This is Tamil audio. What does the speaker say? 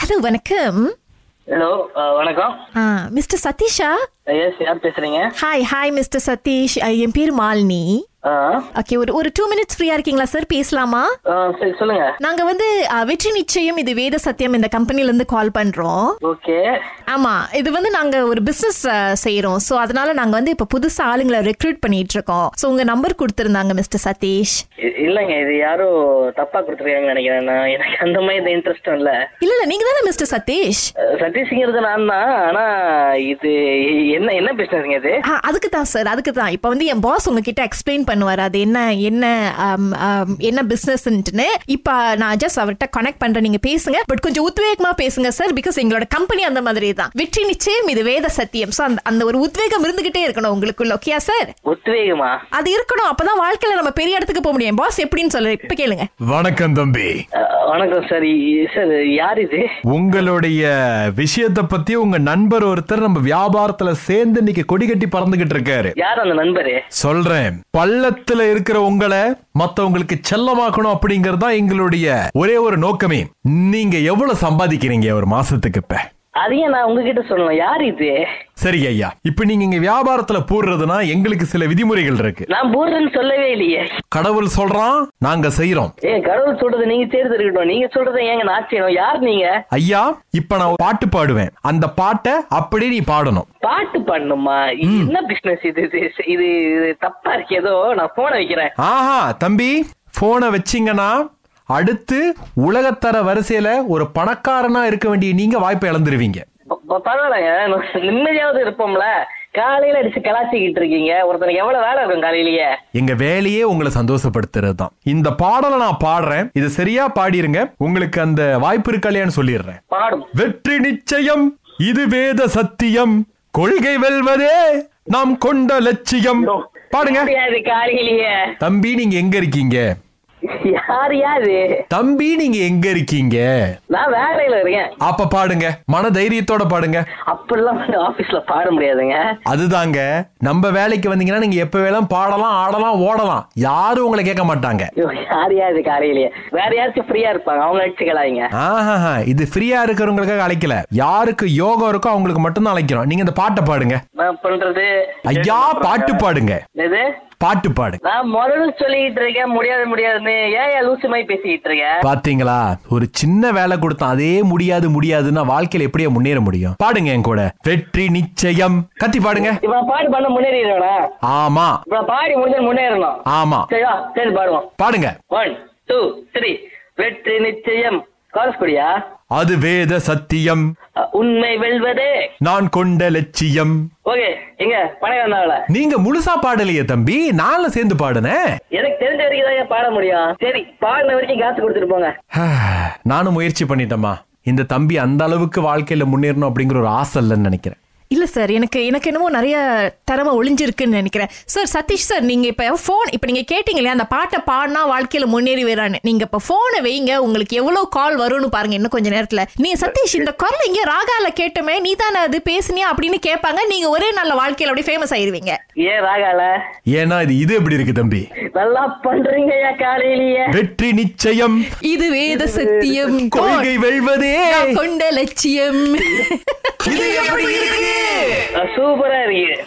ஹலோ வணக்கம் ஹலோ uh, வணக்கம் ஆ, மிஸ்டர் சதீஷா எஸ் யார் பேசுறீங்க ஹாய் ஹாய் மிஸ்டர் சதீஷ் அஹ், என் பேர் மாலினி Uh, ஓகே ஒரு ஒரு டூ மினிட்ஸ் ஃப்ரீயா இருக்கீங்களா சார் பேசலாமா சரி சொல்லுங்க நாங்க வந்து அ, வெற்றி நிச்சயம் இது வேத சத்தியம் இந்த கம்பெனில இருந்து கால் பண்றோம் ஓகே ஆமா இது வந்து நாங்க ஒரு பிசினஸ் செய்யறோம் சோ அதனால நாங்க வந்து இப்ப புதுசா ஆளுங்களை ரெக்ரூட் பண்ணிட்டு இருக்கோம் சோ உங்க நம்பர் கொடுத்திருந்தாங்க மிஸ்டர் சதீஷ் இல்லைங்க இது யாரோ தப்பா கொடுத்துருக்காங்கன்னு நினைக்கிறேன் நான் எனக்கு அந்த மாதிரி இந்த இன்ட்ரெஸ்டும் இல்ல இல்ல இல்ல நீங்க தானே மிஸ்டர் சதீஷ் அஹ், சதீஷ்ங்கிறது நான் தான் ஆனா இது என்ன என்ன பிசினஸ்ங்க இது ஆ, அதுக்கு தான் சார் அதுக்கு தான் இப்போ வந்து என் பாஸ் உங்ககிட்ட எக்ஸ்பிளைன் பண்ணுவார் அது என்ன என்ன ஆம், ஆம், என்ன பிஸ்னஸ்ன்ட்டுன்னு இப்போ நான் ஜஸ்ட் அவர்கிட்ட கனெக்ட் பண்ணுறேன் நீங்கள் பேசுங்க பட் கொஞ்சம் உத்வேகமாக பேசுங்க சார் பிகாஸ் எங்களோட கம்பெனி அந்த மாதிரி தான் வெற்றி நிச்சயம் இது வேத சத்தியம் ஸோ அந்த அந்த ஒரு உத்வேகம் இருந்துகிட்டே இருக்கணும் உங்களுக்குள்ள ஓகேயா சார் உத்வேகமா அது இருக்கணும் அப்பதான் வாழ்க்கையில நம்ம பெரிய இடத்துக்கு போக முடியும் பாஸ் எப்படின்னு சொல்ல இப்ப கேளுங்க வணக்கம் தம்பி அஹ், Uh, வணக்கம் சார் சார் யார் இது உங்களுடைய விஷயத்தை பத்தி உங்க நண்பர் ஒருத்தர் நம்ம வியாபாரத்துல சேர்ந்து இன்னைக்கு கொடி கட்டி பறந்துகிட்டு இருக்காரு யார் அந்த நண்பரு சொல்றேன் பள்ளத்துல இருக்கிற உங்களை மத்தவங்களுக்கு செல்லமாக்கணும் அப்படிங்கறது தான் எங்களுடைய ஒரே ஒரு நோக்கமே நீங்க எவ்வளவு சம்பாதிக்கிறீங்க ஒரு மாசத்துக்கு இப்ப அதையே நான் உங்ககிட்ட சொல்லணும் யார் இது சரி ஐயா இப்ப நீங்க இங்க வியாபாரத்துல போடுறதுன்னா எங்களுக்கு சில விதிமுறைகள் இருக்கு நான் போடுறேன்னு சொல்லவே இல்லையே கடவுள் சொல்றான் நாங்க செய்யறோம் ஏன் கடவுள் சொல்றது நீங்க தேர்ந்தெடுக்கணும் நீங்க சொல்றதை ஏங்க நான் செய்யணும் யார் நீங்க ஐயா இப்ப நான் ஒரு பாட்டு பாடுவேன் அந்த பாட்டை அப்படியே நீ பாடணும் பாட்டு பண்ணுமா இது என்ன பிசினஸ் இது இது இது இது தப்பா இருக்கு ஏதோ நான் போன வைக்கிறேன் ஆஹா தம்பி போனை வச்சீங்கன்னா அடுத்து உலகத்தர வரிசையில ஒரு பணக்காரனா இருக்க வேண்டிய நீங்க வாய்ப்பை இழந்துருவீங்க ப- ப- பரவாயில்லைங்க நம்ம நிம்மதியாவது இருப்போம்ல காலையில அடிச்சு கலாச்சிக்கிட்டு இருக்கீங்க ஒருத்தனுக்கு எவ்வளவு வேலை இருக்கும் காலையிலயே எங்க வேலையே உங்களை சந்தோஷப்படுத்துறது தான் இந்த பாடலை நான் பாடுறேன் இது சரியா பாடிருங்க உங்களுக்கு அந்த வாய்ப்பு இருக்கா இல்லையான்னு சொல்லிடுறேன் பாடும் வெற்றி நிச்சயம் இது வேத சத்தியம் கொள்கை வெல்வதே நாம் கொண்ட லட்சியம் பாடுங்க முடியாது காலையிலயே தம்பி நீங்க எங்க இருக்கீங்க யார் யாது தம்பி நீங்க எங்க இருக்கீங்க நான் வேலையில இருக்கேன் அப்ப பாடுங்க மன தைரியத்தோட பாடுங்க அப்படிலாம் வந்து ஆபீஸ்ல பாட முடியாதுங்க அதுதாங்க நம்ம வேலைக்கு வந்தீங்கன்னா நீங்க எப்ப வேணாலும் பாடலாம் ஆடலாம் ஓடலாம் யாரும் உங்களை கேட்க மாட்டாங்க ஐயோ, யார் யாது காலையிலயே வேற யாராச்சும் ஃப்ரீயா இருப்பாங்க அவங்க அடிச்சு கலாயிங்க ஆஹா இது ஃப்ரீயா இருக்கிறவங்களுக்காக அழைக்கல யாருக்கு யோகம் இருக்கோ அவங்களுக்கு மட்டும்தான் அழைக்கிறோம் நீங்க இந்த பாட்டை பாடுங்க நான் பண்றது ஐயா பாட்டு பாடுங்க எது பாட்டு பாடுங்க நான் முதல்ல சொல்லிக்கிட்டு இருக்கேன் முடியாது முடியாதுன்னு ஏன் ஏன் லூசு மாதிரி பேசிக்கிட்டு இருக்கேன் பாத்தீங்களா ஒரு சின்ன வேலை கொடுத்தா அதே முடியாது முடியாதுன்னா வாழ்க்கையில எப்படியா முன்னேற முடியும் பாடுங்க என் கூட வெற்றி நிச்சயம் கத்தி பாடுங்க இவன் பாட்டு பண்ண முன்னேறிடுவானா ஆமா இவன் பாடி முடிஞ்சு முன்னேறணும் ஆமா சரியா சரி பாடுவோம் பாடுங்க ஒன் டூ த்ரீ வெற்றி நிச்சயம் கால்ஸ் குடியா அது வேத சத்தியம் அஹ், உண்மை வெல்வதே நான் கொண்ட லட்சியம் ஓகே எங்க பணக்காரன் ஆகல நீங்க முழுசா பாடலையே தம்பி நானும் சேர்ந்து பாடுனே எனக்கு தெரிஞ்ச வரைக்கும் தான் ஏன் பாட முடியும் சரி பாடின வரைக்கும் காசு கொடுத்துட்டு போங்க நானும் முயற்சி பண்ணிட்டேம்மா இந்த தம்பி அந்த அளவுக்கு வாழ்க்கையில முன்னேறணும் அப்படிங்கிற ஒரு ஆசை இல்லைன்னு நினைக்கிறேன் இல்ல சார் எனக்கு எனக்கு என்னமோ நிறைய திறமை ஒளிஞ்சிருக்குன்னு நினைக்கிறேன் சார் சதீஷ் சார் நீங்க இப்ப ஃபோன் இப்ப நீங்க கேட்டீங்க இல்லையா அந்த பாட்டை பாடினா வாழ்க்கையில முன்னேறி வரான்னு நீங்க இப்ப போனை வைங்க உங்களுக்கு எவ்வளவு கால் வரும்னு பாருங்க இன்னும் கொஞ்ச நேரத்துல நீங்க சதீஷ் இந்த குரல் இங்க ராகால கேட்டுமே நீ தானே அது பேசுனியா அப்படின்னு கேட்பாங்க நீங்க ஒரே நல்ல வாழ்க்கையில அப்படியே ஃபேமஸ் ஆயிருவீங்க ஏன் ராகால ஏன்னா இது இது எப்படி இருக்கு தம்பி நல்லா பண்றீங்க ஏன் காலையிலேயே வெற்றி நிச்சயம் இது வேத சத்தியம் கொள்கை வெல்வதே கொண்ட லட்சியம் இது எப்படி இருக்கு சூப்பரா இருக்கு